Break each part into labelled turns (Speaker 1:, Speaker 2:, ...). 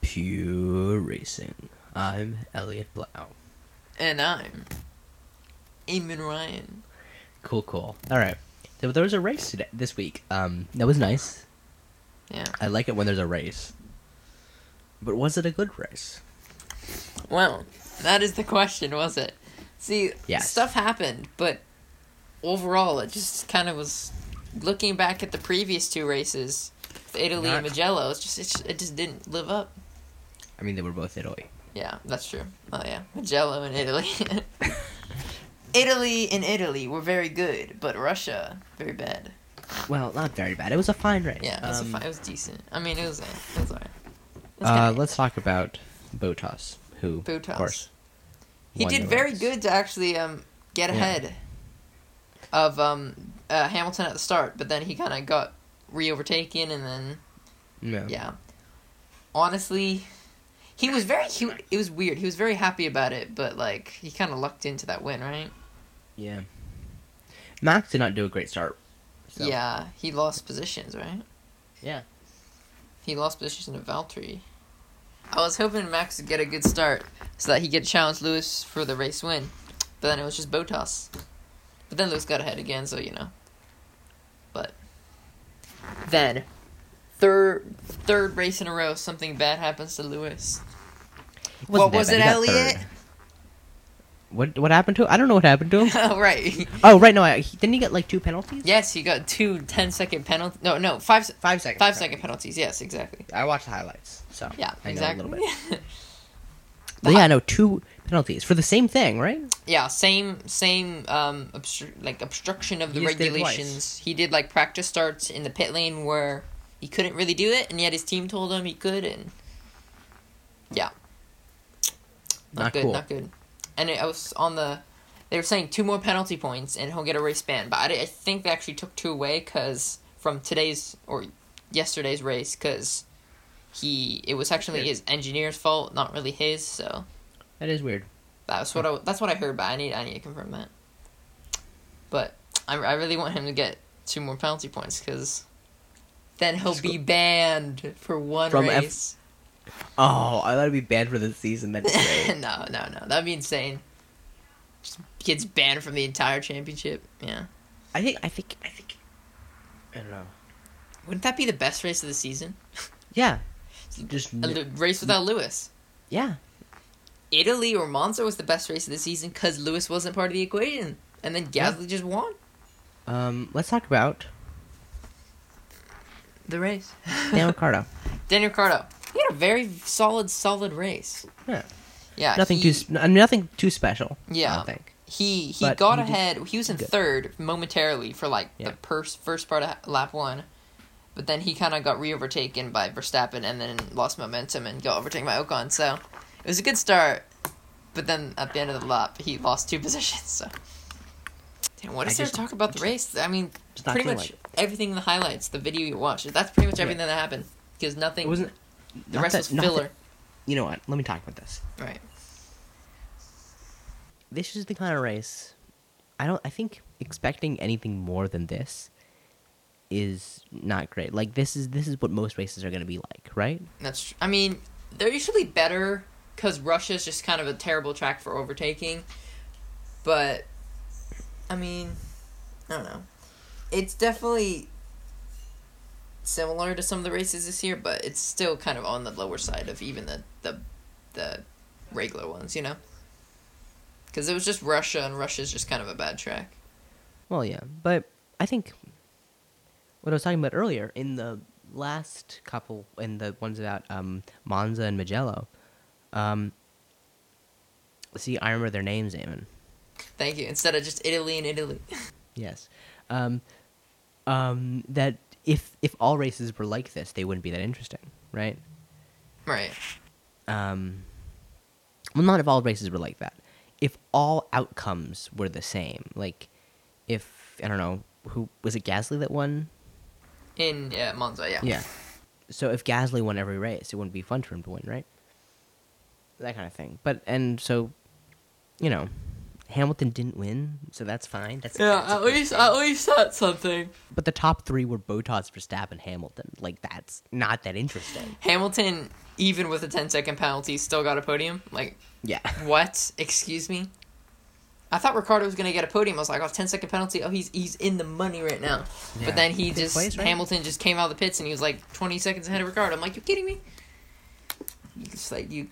Speaker 1: Pure Racing. I'm Elliot Blau.
Speaker 2: And I'm Eamon Ryan.
Speaker 1: Cool, cool. All right. So there was a race today, this week. Um, that was nice.
Speaker 2: Yeah.
Speaker 1: I like it when there's a race. But was it a good race?
Speaker 2: Well, that is the question, was it? See,
Speaker 1: Yes.
Speaker 2: stuff happened, but overall, it just kind of was. Looking back at the previous two races, Italy and
Speaker 1: Not-
Speaker 2: Magello, it's just it, just it just didn't live up.
Speaker 1: I mean, they were both Italy.
Speaker 2: Yeah, that's true. Oh yeah, Magello in Italy. Italy and Italy were very good, but Russia very bad.
Speaker 1: Well, not very bad. It was a fine race.
Speaker 2: Yeah, it was,
Speaker 1: Um,
Speaker 2: a fi- it was decent. I mean, it was eh, it was alright. It was
Speaker 1: Uh,
Speaker 2: kinda-
Speaker 1: let's talk about Botas, who,
Speaker 2: Botas.
Speaker 1: of course,
Speaker 2: he
Speaker 1: won
Speaker 2: did
Speaker 1: the
Speaker 2: very
Speaker 1: race.
Speaker 2: good to actually um get
Speaker 1: Yeah.
Speaker 2: ahead of um uh, Hamilton at the start, but then he kind of got re overtaken, and then
Speaker 1: No.
Speaker 2: yeah, honestly, he was very he, it was weird. He was very happy about it, but like he kind of lucked into that win, right?
Speaker 1: Yeah. Max did not do a great start. so-
Speaker 2: Yeah, he lost positions, right?
Speaker 1: Yeah.
Speaker 2: He lost positions to Valtteri. I was hoping Max would get a good start so that he could challenge Lewis for the race win, but then it was just Botas. But then Lewis got ahead again, so you know. But then third third race in a row, something bad happens to Lewis.
Speaker 1: It
Speaker 2: What
Speaker 1: wasn't that
Speaker 2: was
Speaker 1: bad.
Speaker 2: it,
Speaker 1: He got
Speaker 2: Elliot?
Speaker 1: third. What what happened to? I don't know what happened to him.
Speaker 2: oh right.
Speaker 1: Oh right, no, I, he, didn't he get like two penalties?
Speaker 2: Yes, he got two 10 second penalties. No, no, five se-
Speaker 1: Five seconds.
Speaker 2: five
Speaker 1: sorry.
Speaker 2: second penalties. Yes, exactly.
Speaker 1: I watched the highlights, so
Speaker 2: Yeah,
Speaker 1: I know
Speaker 2: exactly.
Speaker 1: a little bit. But yeah, no, two penalties for the same thing, right?
Speaker 2: Yeah, same same um obstru- like obstruction of the
Speaker 1: He just did it twice.
Speaker 2: regulations. he did like practice starts in the pit lane where he couldn't really do it, and yet his team told him he could, and yeah, not,
Speaker 1: Not
Speaker 2: good,
Speaker 1: cool.
Speaker 2: not good. And it, I was on the, they were saying two more penalty points and he'll get a race ban, but I, di- I think they actually took two away because from today's or yesterday's race because he it was actually
Speaker 1: weird.
Speaker 2: his engineer's fault, not really his, so.
Speaker 1: That is weird.
Speaker 2: That's what I, that's what I heard, but I need I need to confirm that. But I, I really want him to get two more penalty points because then he'll
Speaker 1: Sco-
Speaker 2: be banned for one
Speaker 1: From F-
Speaker 2: race.
Speaker 1: Oh, I thought it'd be bad for the season. That's great.
Speaker 2: no, no, no, that'd be insane. Just gets banned from the entire championship. Yeah,
Speaker 1: I think. I think. I think. I don't know.
Speaker 2: wouldn't that be the best race of the season?
Speaker 1: Yeah. Just
Speaker 2: A Lu- race without Lewis.
Speaker 1: yeah.
Speaker 2: Italy or Monza was the best race of the season because Lewis wasn't part of the equation, and then
Speaker 1: Yeah.
Speaker 2: Gasly just won
Speaker 1: Um, let's talk about
Speaker 2: the race.
Speaker 1: Dan Ricardo.
Speaker 2: Daniel Ricciardo. He had a very solid, solid race.
Speaker 1: Yeah.
Speaker 2: Yeah.
Speaker 1: nothing
Speaker 2: he,
Speaker 1: too. s- n- Nothing too special. I
Speaker 2: Yeah.
Speaker 1: don't think.
Speaker 2: He he
Speaker 1: but
Speaker 2: got
Speaker 1: he did
Speaker 2: ahead. He was in
Speaker 1: good.
Speaker 2: third momentarily for like
Speaker 1: Yeah.
Speaker 2: the pers- first part of lap one, but then he kind of got re overtaken by Verstappen and then lost momentum and got overtaken by Ocon. So it was a good start, but then at the end of the lap he lost two positions. So. Damn, what
Speaker 1: I
Speaker 2: is there to
Speaker 1: just-
Speaker 2: talk about the race? I mean,
Speaker 1: Just not
Speaker 2: pretty
Speaker 1: feel
Speaker 2: much
Speaker 1: like
Speaker 2: everything in the highlights, the video you watched, that's pretty much
Speaker 1: Yeah.
Speaker 2: everything that happened. Because nothing,
Speaker 1: It wasn't.
Speaker 2: the
Speaker 1: not
Speaker 2: rest
Speaker 1: that-
Speaker 2: was
Speaker 1: not that-
Speaker 2: filler.
Speaker 1: you know what? Let me talk about this.
Speaker 2: Right.
Speaker 1: This is the kind of race. I don't. I think expecting anything more than this is not great. Like this is this is what most races are going to be like, right?
Speaker 2: That's. Tr- I mean, they're usually better because Russia's just kind of a terrible track for overtaking. But, I mean, I don't know. It's definitely similar to some of the races this year, but it's still kind of on the lower side of even the the the regular ones, you know. Because it was just Russia, and Russia's just kind of a bad track.
Speaker 1: Well, yeah, but I think what I was talking about earlier in the last couple, in the ones about um, Monza and Magello. Um, see, I remember their names, Eamon.
Speaker 2: Thank you. Instead of just Italy and Italy.
Speaker 1: Yes. Um, um, that if if all races were like this, they wouldn't be that interesting, right?
Speaker 2: right.
Speaker 1: Um, well, not if all races were like that. If all outcomes were the same, like if I don't know who was it Gasly that won
Speaker 2: In yeah, Monza, yeah.
Speaker 1: Yeah. So if Gasly won every race, it wouldn't be fun for him to win, right? That kind of thing. But and so, you know, Hamilton didn't win, so that's fine. That's
Speaker 2: Yeah,
Speaker 1: that's a
Speaker 2: at
Speaker 1: good
Speaker 2: least uh,
Speaker 1: thing.
Speaker 2: at least that's something.
Speaker 1: But the top three were Botas, Verstappen, Hamilton. Like that's not that interesting.
Speaker 2: Hamilton, even with a 10 second penalty, still got a podium. Like,
Speaker 1: Yeah.
Speaker 2: what? Excuse me? I thought Ricardo was gonna get a podium. I was like, oh, 10 second penalty. Oh, he's he's in the money right now.
Speaker 1: Yeah.
Speaker 2: But then he
Speaker 1: Fifth
Speaker 2: just
Speaker 1: place, right?
Speaker 2: Hamilton just came out of the pits and he was like 20 seconds ahead of Ricardo. I'm like, you kidding me? You just like you.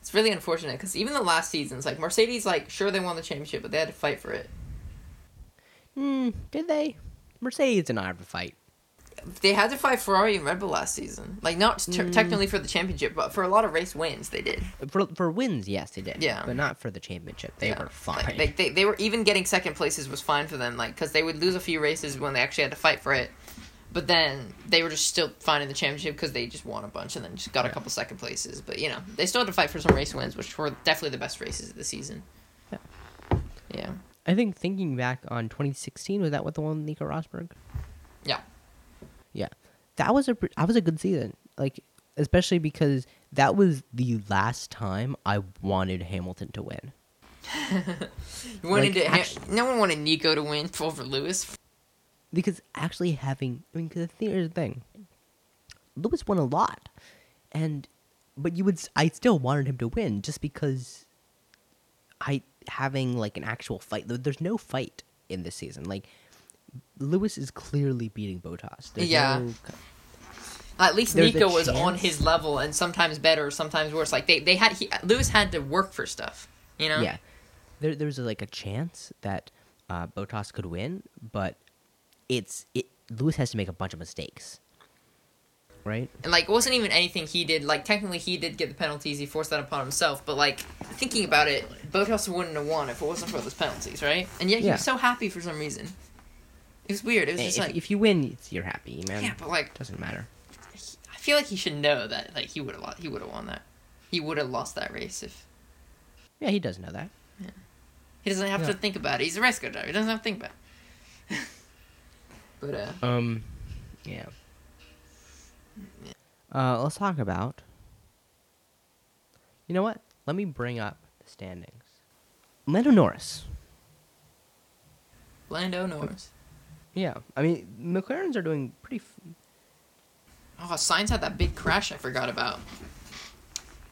Speaker 2: It's really unfortunate because even the last seasons, like Mercedes, like sure they won the championship, but they had to fight for it.
Speaker 1: Hmm, did they? Mercedes and I have a fight.
Speaker 2: They had to fight Ferrari and Red Bull last season. Like not t-
Speaker 1: Mm.
Speaker 2: technically for the championship, but for a lot of race wins, they did.
Speaker 1: For for wins, yes, they did.
Speaker 2: Yeah.
Speaker 1: But not for the championship. They
Speaker 2: Yeah.
Speaker 1: were fine.
Speaker 2: Like, they, they, they were even getting second places was fine for them, like because they would lose a few races when they actually had to fight for it, but then they were just still fine in the championship because they just won a bunch and then just got a
Speaker 1: Yeah.
Speaker 2: couple second places. But you know, they still had to fight for some race wins, which were definitely the best races of the season.
Speaker 1: Yeah.
Speaker 2: Yeah.
Speaker 1: I think thinking back on 2016, was that what the one with Nico Rosberg?
Speaker 2: Yeah.
Speaker 1: Yeah, that was a pr- that was a good season. Like especially because that was the last time I wanted Hamilton to win.
Speaker 2: You wanted
Speaker 1: Like,
Speaker 2: to, ha-
Speaker 1: actu-
Speaker 2: no one wanted Nico to win over Lewis.
Speaker 1: because actually having I mean, because here's the thing, Lewis won a lot, and but you would s- I still wanted him to win just because I having like an actual fight. There- There's no fight in this season. Like Lewis is clearly beating Botas. There's
Speaker 2: Yeah.
Speaker 1: no-
Speaker 2: At least
Speaker 1: There's a
Speaker 2: Nico was on
Speaker 1: chance.
Speaker 2: his level, and sometimes better, sometimes worse. Like they, they had he, Lewis had to work for stuff. You know.
Speaker 1: yeah. There, there's like a chance that uh, Botas could win, but it's it. Lewis has to make a bunch of mistakes, right?
Speaker 2: And like, it wasn't even anything he did. Like, technically, he did get the penalties. He forced that upon himself. But like, thinking about it, Botas wouldn't have won if it wasn't for those penalties, right? And yet he
Speaker 1: Yeah.
Speaker 2: was so happy for some reason. It was weird. It was
Speaker 1: If,
Speaker 2: just like,
Speaker 1: if you win, it's- you're happy, you know.
Speaker 2: yeah, but like,
Speaker 1: doesn't matter.
Speaker 2: he- I feel like he should know that. Like, he would have lost. He would have won that. He would have lost that race if
Speaker 1: Yeah, he does know that.
Speaker 2: he doesn't have
Speaker 1: Yeah.
Speaker 2: to think about it. He's a race car driver. He doesn't have to think about. it. but uh,
Speaker 1: Um, yeah. Uh, let's talk about. You know what? Let me bring up the standings. Lando Norris.
Speaker 2: Lando Norris.
Speaker 1: Yeah, I mean McLarens are doing pretty. F-
Speaker 2: Oh, Sainz had that big crash. I forgot about.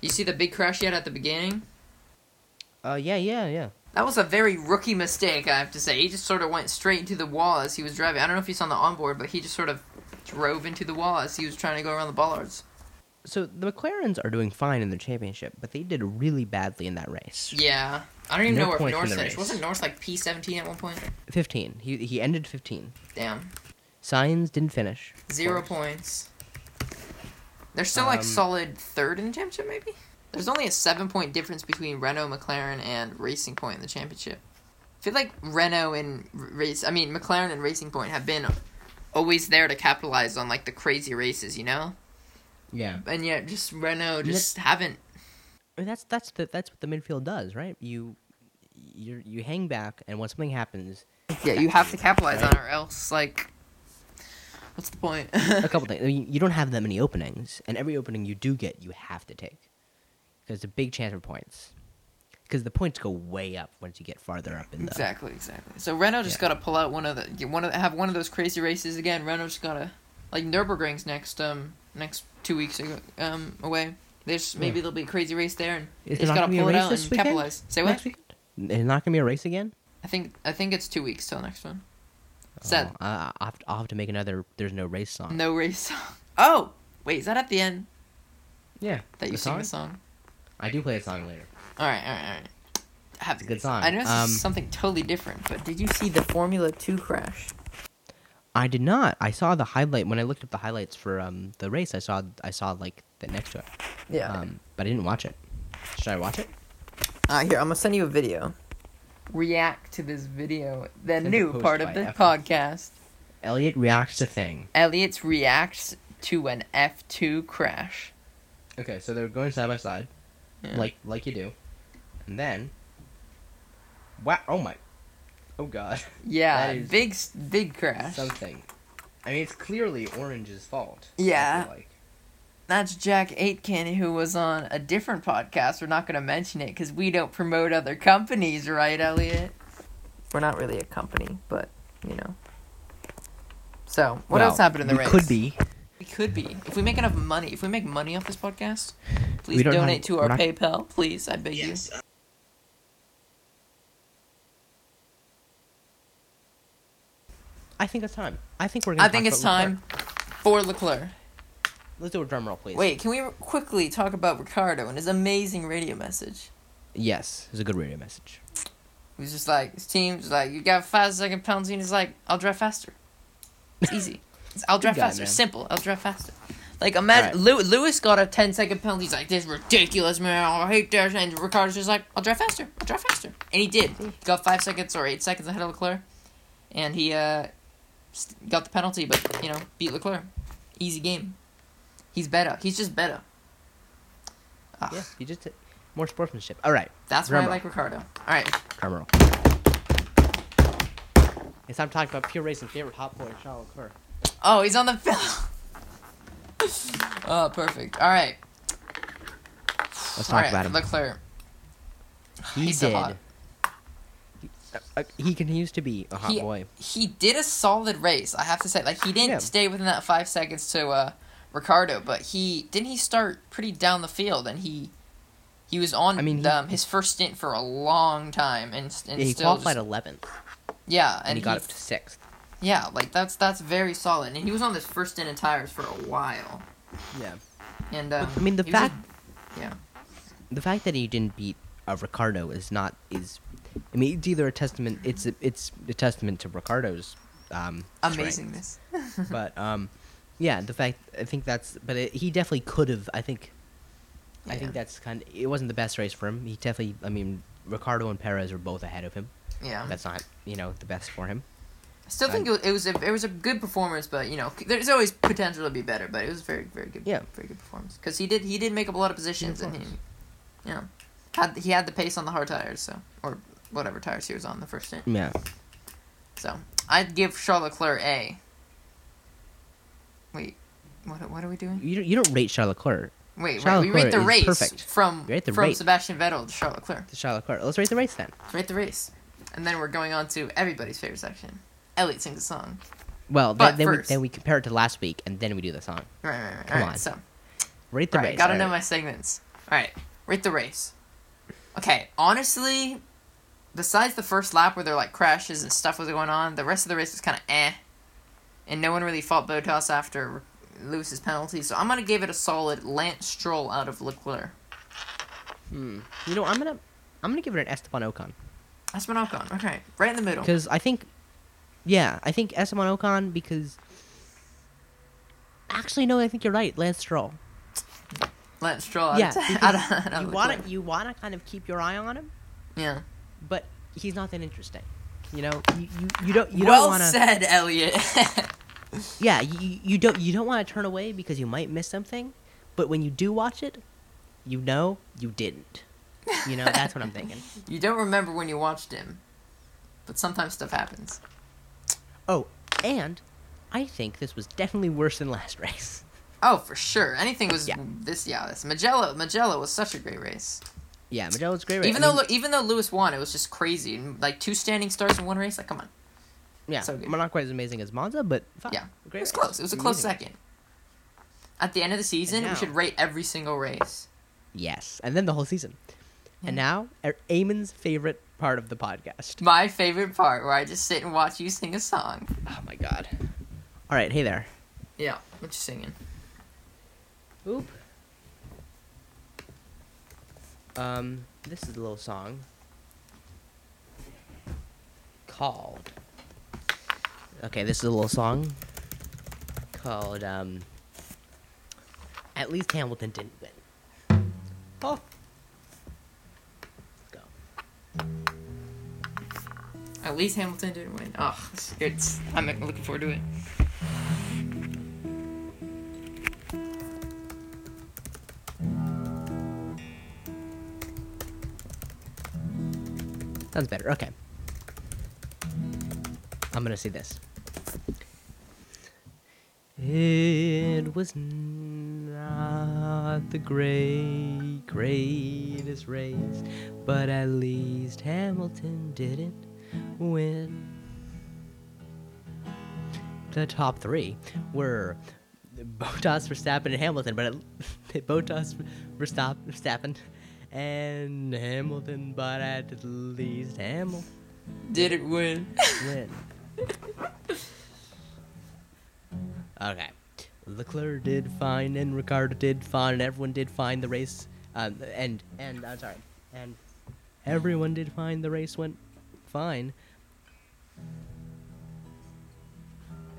Speaker 2: You see the big crash yet at the beginning?
Speaker 1: uh, yeah, yeah, yeah.
Speaker 2: That was a very rookie mistake, I have to say. He just sort of went straight into the wall as he was driving. I don't know if he's on the onboard, but he just sort of drove into the wall as he was trying to go around the bollards.
Speaker 1: So the McLarens are doing fine in the championship, but they did really badly in that race.
Speaker 2: Yeah. I don't even
Speaker 1: No
Speaker 2: know where
Speaker 1: points in
Speaker 2: Norris
Speaker 1: the
Speaker 2: finished.
Speaker 1: race.
Speaker 2: Wasn't Norris like P17 at one point?
Speaker 1: Fifteen. He he ended fifteen.
Speaker 2: Damn.
Speaker 1: Signs didn't finish. of
Speaker 2: Zero
Speaker 1: course.
Speaker 2: points. They're still like
Speaker 1: Um,
Speaker 2: solid third in the championship, maybe? There's only a seven point difference between Renault, McLaren, and Racing Point in the championship. I feel like Renault and R- Race, I mean, McLaren and Racing Point have been always there to capitalize on like the crazy races, you know?
Speaker 1: Yeah.
Speaker 2: and yet just Renault just haven't.
Speaker 1: I mean, that's that's the that's what the midfield does, right? You, you you hang back, and when something happens,
Speaker 2: Yeah, you have to capitalize on it, or else like, what's the point?
Speaker 1: a couple things. I mean, you don't have that many openings, and every opening you do get, you have to take because it's a big chance for points. Because the points go way up once you get farther up in the.
Speaker 2: exactly, exactly. So Renault just
Speaker 1: Yeah.
Speaker 2: gotta pull out one of the get one of have one of those crazy races again. Renault just gotta like Nurburgring's next um next two weeks ago, um away. There's maybe there'll be a crazy race there, and
Speaker 1: Hmm. Is there
Speaker 2: they just
Speaker 1: not
Speaker 2: gotta
Speaker 1: gonna be a
Speaker 2: pull it
Speaker 1: race
Speaker 2: out
Speaker 1: this
Speaker 2: and
Speaker 1: weekend?
Speaker 2: capitalize. Say what?
Speaker 1: Next weekend? There's not gonna be a race again. Oh,
Speaker 2: I think I think it's two weeks till next one. Sad.
Speaker 1: Oh, I, I'll, have to, I'll have to make another. There's no race song.
Speaker 2: No race. Oh wait, is that at the end
Speaker 1: Yeah.
Speaker 2: that you
Speaker 1: The
Speaker 2: sing
Speaker 1: song?
Speaker 2: the song?
Speaker 1: I do play a song later.
Speaker 2: All right, all right, all right. I have to
Speaker 1: It's a good song.
Speaker 2: I know this
Speaker 1: Um,
Speaker 2: is something totally different, but did you see the Formula Two crash?
Speaker 1: I did not. I saw the highlight when I looked up the highlights for um the race. I saw I saw like the next to it.
Speaker 2: Yeah.
Speaker 1: Um, but I didn't watch it. Should I watch it?
Speaker 2: uh, here, I'm gonna send you a video. React to this video, the
Speaker 1: Send a
Speaker 2: new
Speaker 1: post
Speaker 2: part of
Speaker 1: by
Speaker 2: the
Speaker 1: F.
Speaker 2: podcast.
Speaker 1: Elliot reacts to thing.
Speaker 2: Elliot's reacts to an F2 crash.
Speaker 1: Okay, so they're going side by side,
Speaker 2: Yeah.
Speaker 1: like like you do, and then, wow! Oh my, oh god,
Speaker 2: yeah,
Speaker 1: that is-
Speaker 2: big s- big crash.
Speaker 1: something. I mean, it's clearly Orange's fault. I
Speaker 2: Yeah.
Speaker 1: feel like.
Speaker 2: That's Jack Aitken, who was on a different podcast. We're not going to mention it because we don't promote other companies, right, Elliot? We're not really a company, but you know. So, what
Speaker 1: Well,
Speaker 2: else happened in the
Speaker 1: we
Speaker 2: race?
Speaker 1: Could be.
Speaker 2: We could be. If we make enough money, if we make money off this podcast,
Speaker 1: We
Speaker 2: please
Speaker 1: don't have-
Speaker 2: donate to
Speaker 1: we're
Speaker 2: our
Speaker 1: not-
Speaker 2: PayPal, please. I beg you.
Speaker 3: Yes.
Speaker 1: I think it's time. I think we're. Gonna
Speaker 2: I think
Speaker 1: talk
Speaker 2: it's
Speaker 1: about
Speaker 2: time
Speaker 1: Leclerc.
Speaker 2: for Leclerc.
Speaker 1: Let's do a drum roll, please.
Speaker 2: Wait, can we quickly talk about Ricardo and his amazing radio message?
Speaker 1: Yes, it was a good radio message.
Speaker 2: He was just like, his team's like, you got five second penalty, and he's like, I'll drive faster. It's easy. It's, I'll drive
Speaker 1: Good guy,
Speaker 2: faster.
Speaker 1: man.
Speaker 2: Simple. I'll drive faster. Like, imagine Lew- Lewis got a 10 second penalty. He's like, this is ridiculous, man. I hate this. And Ricardo's just like, I'll drive faster. I'll drive faster. And he did. He got five seconds or eight seconds ahead of Leclerc. And he uh, s- got the penalty, but, you know, beat Leclerc. Easy game. He's better. He's just better. Ah,
Speaker 1: Yeah, you just more sportsmanship. All right,
Speaker 2: That's why I
Speaker 1: Drummer.
Speaker 2: like Ricardo. All right.
Speaker 1: drum roll. It's time to talk about pure racing favorite hot boy Charles Leclerc.
Speaker 2: Oh, he's on the film. oh, perfect. All right.
Speaker 1: Let's
Speaker 2: All
Speaker 1: talk
Speaker 2: right.
Speaker 1: about him.
Speaker 2: Leclerc.
Speaker 1: he
Speaker 2: he's so
Speaker 1: did.
Speaker 2: hot.
Speaker 1: He- uh, uh, he continues to be a hot
Speaker 2: he,
Speaker 1: boy.
Speaker 2: he did a solid race. I have to say, like he didn't
Speaker 1: Yeah.
Speaker 2: stay within that five seconds to uh, Ricardo, but he didn't. He start pretty down the field, and he he was on
Speaker 1: I mean, he-
Speaker 2: um, his first stint for a long time, and, s- and
Speaker 1: Yeah, he
Speaker 2: still
Speaker 1: qualified
Speaker 2: just,
Speaker 1: eleventh,
Speaker 2: yeah,
Speaker 1: and, he got up to sixth.
Speaker 2: yeah, like that's that's very solid, and he was on this first stint in tires for a while,
Speaker 1: Yeah,
Speaker 2: and um,
Speaker 1: I mean, the
Speaker 2: he was a-
Speaker 1: fact-
Speaker 2: yeah.
Speaker 1: the fact that he didn't beat uh, Ricardo is not is. I mean, it's either a testament. It's a, it's a testament to Ricardo's um, strength.
Speaker 2: amazingness.
Speaker 1: but um, yeah, the fact I think that's. But it, he definitely could have. I think. I
Speaker 2: Yeah.
Speaker 1: think that's kind. Of, it wasn't the best race for him. He definitely. I mean, Ricardo and Perez are both ahead of him.
Speaker 2: Yeah,
Speaker 1: That's not you know the best for him.
Speaker 2: I still think it was, it was a it was a good performance, but you know c- there's always potential to be better. But it was very very good.
Speaker 1: Yeah.
Speaker 2: very good performance because he did he did make up a lot of positions and he, you know, had he had the pace on the hard tires so or whatever tires he was on the first stint.
Speaker 1: Yeah.
Speaker 2: So I'd give Charles Leclerc a. Wait, what what are we doing?
Speaker 1: You don't- you don't rate Charles Leclerc.
Speaker 2: Wait,
Speaker 1: Charles
Speaker 2: right, we rate
Speaker 1: Leclerc
Speaker 2: the
Speaker 1: is
Speaker 2: race
Speaker 1: perfect.
Speaker 2: from
Speaker 1: Rate the
Speaker 2: from
Speaker 1: race.
Speaker 2: Sebastian Vettel to Charles Leclerc.
Speaker 1: To Charles Leclerc. Let's rate the race then.
Speaker 2: Rate the race, and then we're going on to everybody's favorite section. Elliot sings a song.
Speaker 1: Well,
Speaker 2: But
Speaker 1: then, then, we,
Speaker 2: first-
Speaker 1: then we compare it to last week, and then we do the song.
Speaker 2: Right, right, right.
Speaker 1: Come
Speaker 2: All right,
Speaker 1: on.
Speaker 2: so.
Speaker 1: Rate the
Speaker 2: right,
Speaker 1: race.
Speaker 2: Gotta
Speaker 1: all
Speaker 2: know
Speaker 1: right.
Speaker 2: my segments. All right, rate the race. Okay, honestly, besides the first lap where there were, like crashes and stuff was going on, the rest of the race was kind of eh, and no one really fought Botas after Lewis's penalty. So I'm gonna give it a solid Lance Stroll out of Leclerc.
Speaker 1: You know, I'm gonna I'm gonna give it an Esteban Ocon
Speaker 2: That's been Ocon. Okay, right in the middle.
Speaker 1: because I think, yeah, I think Esteban Ocon because. Actually, no, I think you're right. Lance Stroll.
Speaker 2: Lance Stroll. Out
Speaker 1: Yeah,
Speaker 2: of, out
Speaker 1: because
Speaker 2: of- out of
Speaker 1: you wanna
Speaker 2: Leclerc.
Speaker 1: you wanna kind of keep your eye on him,
Speaker 2: Yeah.
Speaker 1: but he's not that interesting. You know, you, you, you don't you
Speaker 2: well
Speaker 1: don't wanna
Speaker 2: said, Elliot.
Speaker 1: yeah you, you don't you don't want to turn away because you might miss something, but when you do watch it, you know you didn't. You know that's what I'm thinking.
Speaker 2: you don't remember when you watched him, but sometimes stuff happens.
Speaker 1: Oh, and I think this was definitely worse than last race.
Speaker 2: Oh, for sure. Anything was
Speaker 1: Yeah.
Speaker 2: this. Yeah, this Magello. Magello was such a great race.
Speaker 1: Yeah, Magellan's great. Race.
Speaker 2: Even
Speaker 1: I
Speaker 2: though
Speaker 1: mean,
Speaker 2: Lu- even though Lewis won, it was just crazy. And, like two standing stars in one race. Like, come on.
Speaker 1: Yeah,
Speaker 2: So good.
Speaker 1: we're not quite as amazing as Monza, but fine.
Speaker 2: Yeah,
Speaker 1: great
Speaker 2: it was
Speaker 1: race.
Speaker 2: close. It was a close
Speaker 1: Amazing race.
Speaker 2: second. At the end of the season,
Speaker 1: now-
Speaker 2: we should rate every single race.
Speaker 1: Yes, and then the whole season. And now, A- Eamon's favorite part of the podcast.
Speaker 2: My favorite part, where I just sit and watch you sing a song.
Speaker 1: Oh my god! All right, hey there.
Speaker 2: Yeah, what you singing?
Speaker 1: Oop. Um, this is a little song called. Okay, this is a little song called um. At least Hamilton didn't win. Oh. Let's go.
Speaker 2: At least Hamilton didn't win. Oh, it's I'm looking forward to it.
Speaker 1: Sounds better. Okay. I'm gonna say this. It was n- not the great, greatest race, but at least Hamilton didn't win. The top three were Botas, Verstappen, and Hamilton, but at, Botas, Verstappen, Verstappen, and Hamilton, but at least Hamilton
Speaker 2: Did it win?
Speaker 1: win. okay. Leclerc did fine, and Ricardo did fine, and everyone did fine. The race, um, and and I'm sorry, and everyone did fine. The race went fine.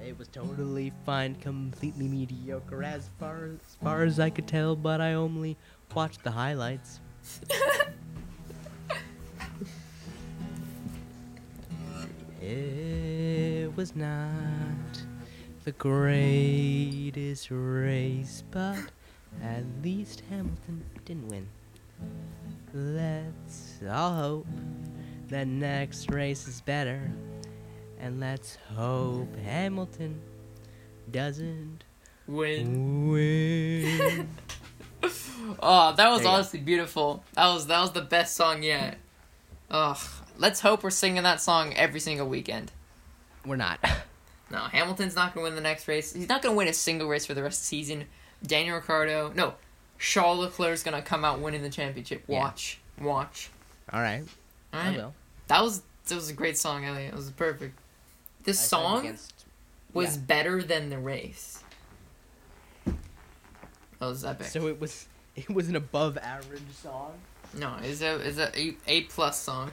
Speaker 1: It was totally fine, completely mediocre as far as far as I could tell. But I only watched the highlights. It was not the greatest race, but at least Hamilton didn't win. Let's all hope the next race is better, and let's hope Hamilton doesn't
Speaker 2: Win.
Speaker 1: win.
Speaker 2: Oh, that
Speaker 1: There
Speaker 2: was
Speaker 1: you go.
Speaker 2: honestly beautiful. That was that was the best song yet. Ugh. Let's hope we're singing that song every single weekend.
Speaker 1: We're not.
Speaker 2: No, Hamilton's not gonna win the next race. He's not gonna win a single race for the rest of the season. Daniel Ricciardo, no, Charles Leclerc's gonna come out winning the championship.
Speaker 1: Yeah.
Speaker 2: Watch, watch.
Speaker 1: All right,
Speaker 2: All
Speaker 1: I
Speaker 2: right.
Speaker 1: will.
Speaker 2: That was that was a great song, Elliot. It was perfect. This
Speaker 1: I signed
Speaker 2: song
Speaker 1: against-
Speaker 2: was
Speaker 1: yeah.
Speaker 2: better than the race. Oh, That was epic.
Speaker 1: So it was. It was an above average song.
Speaker 2: no, it's a it's a A- A plus song.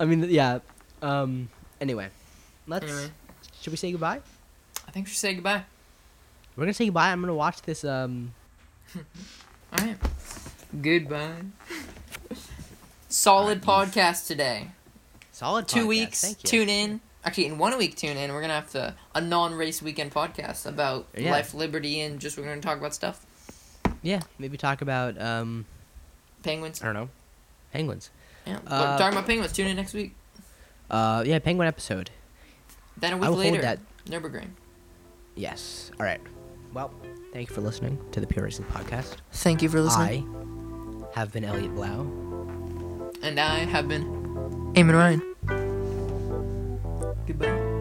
Speaker 1: I mean, yeah. Um. Anyway, let's.
Speaker 2: Anyway,
Speaker 1: Should we say goodbye?
Speaker 2: I think we should say goodbye.
Speaker 1: We're gonna say goodbye. I'm gonna watch this. Um.
Speaker 2: All right, goodbye. Solid podcast today.
Speaker 1: Solid.
Speaker 2: two
Speaker 1: podcast.
Speaker 2: weeks.
Speaker 1: Thank you.
Speaker 2: Tune in. Actually, in one week, tune in. We're gonna have to a non-race weekend podcast about
Speaker 1: Yeah.
Speaker 2: life, liberty, and just we're gonna talk about stuff.
Speaker 1: Yeah. Maybe talk about um.
Speaker 2: Penguins.
Speaker 1: I don't know. Penguins.
Speaker 2: Yeah, we're
Speaker 1: Uh,
Speaker 2: talking about penguins. Tune in next week.
Speaker 1: Uh. Yeah. Penguin episode.
Speaker 2: Then a
Speaker 1: I
Speaker 2: week
Speaker 1: will hold
Speaker 2: later,
Speaker 1: that.
Speaker 2: Nurburgring.
Speaker 1: Yes. All right. Well, thank you for listening to the Pure Racing Podcast.
Speaker 2: Thank you for
Speaker 1: I have been Elliot Blau.
Speaker 2: and I have been Eamon Ryan. Goodbye.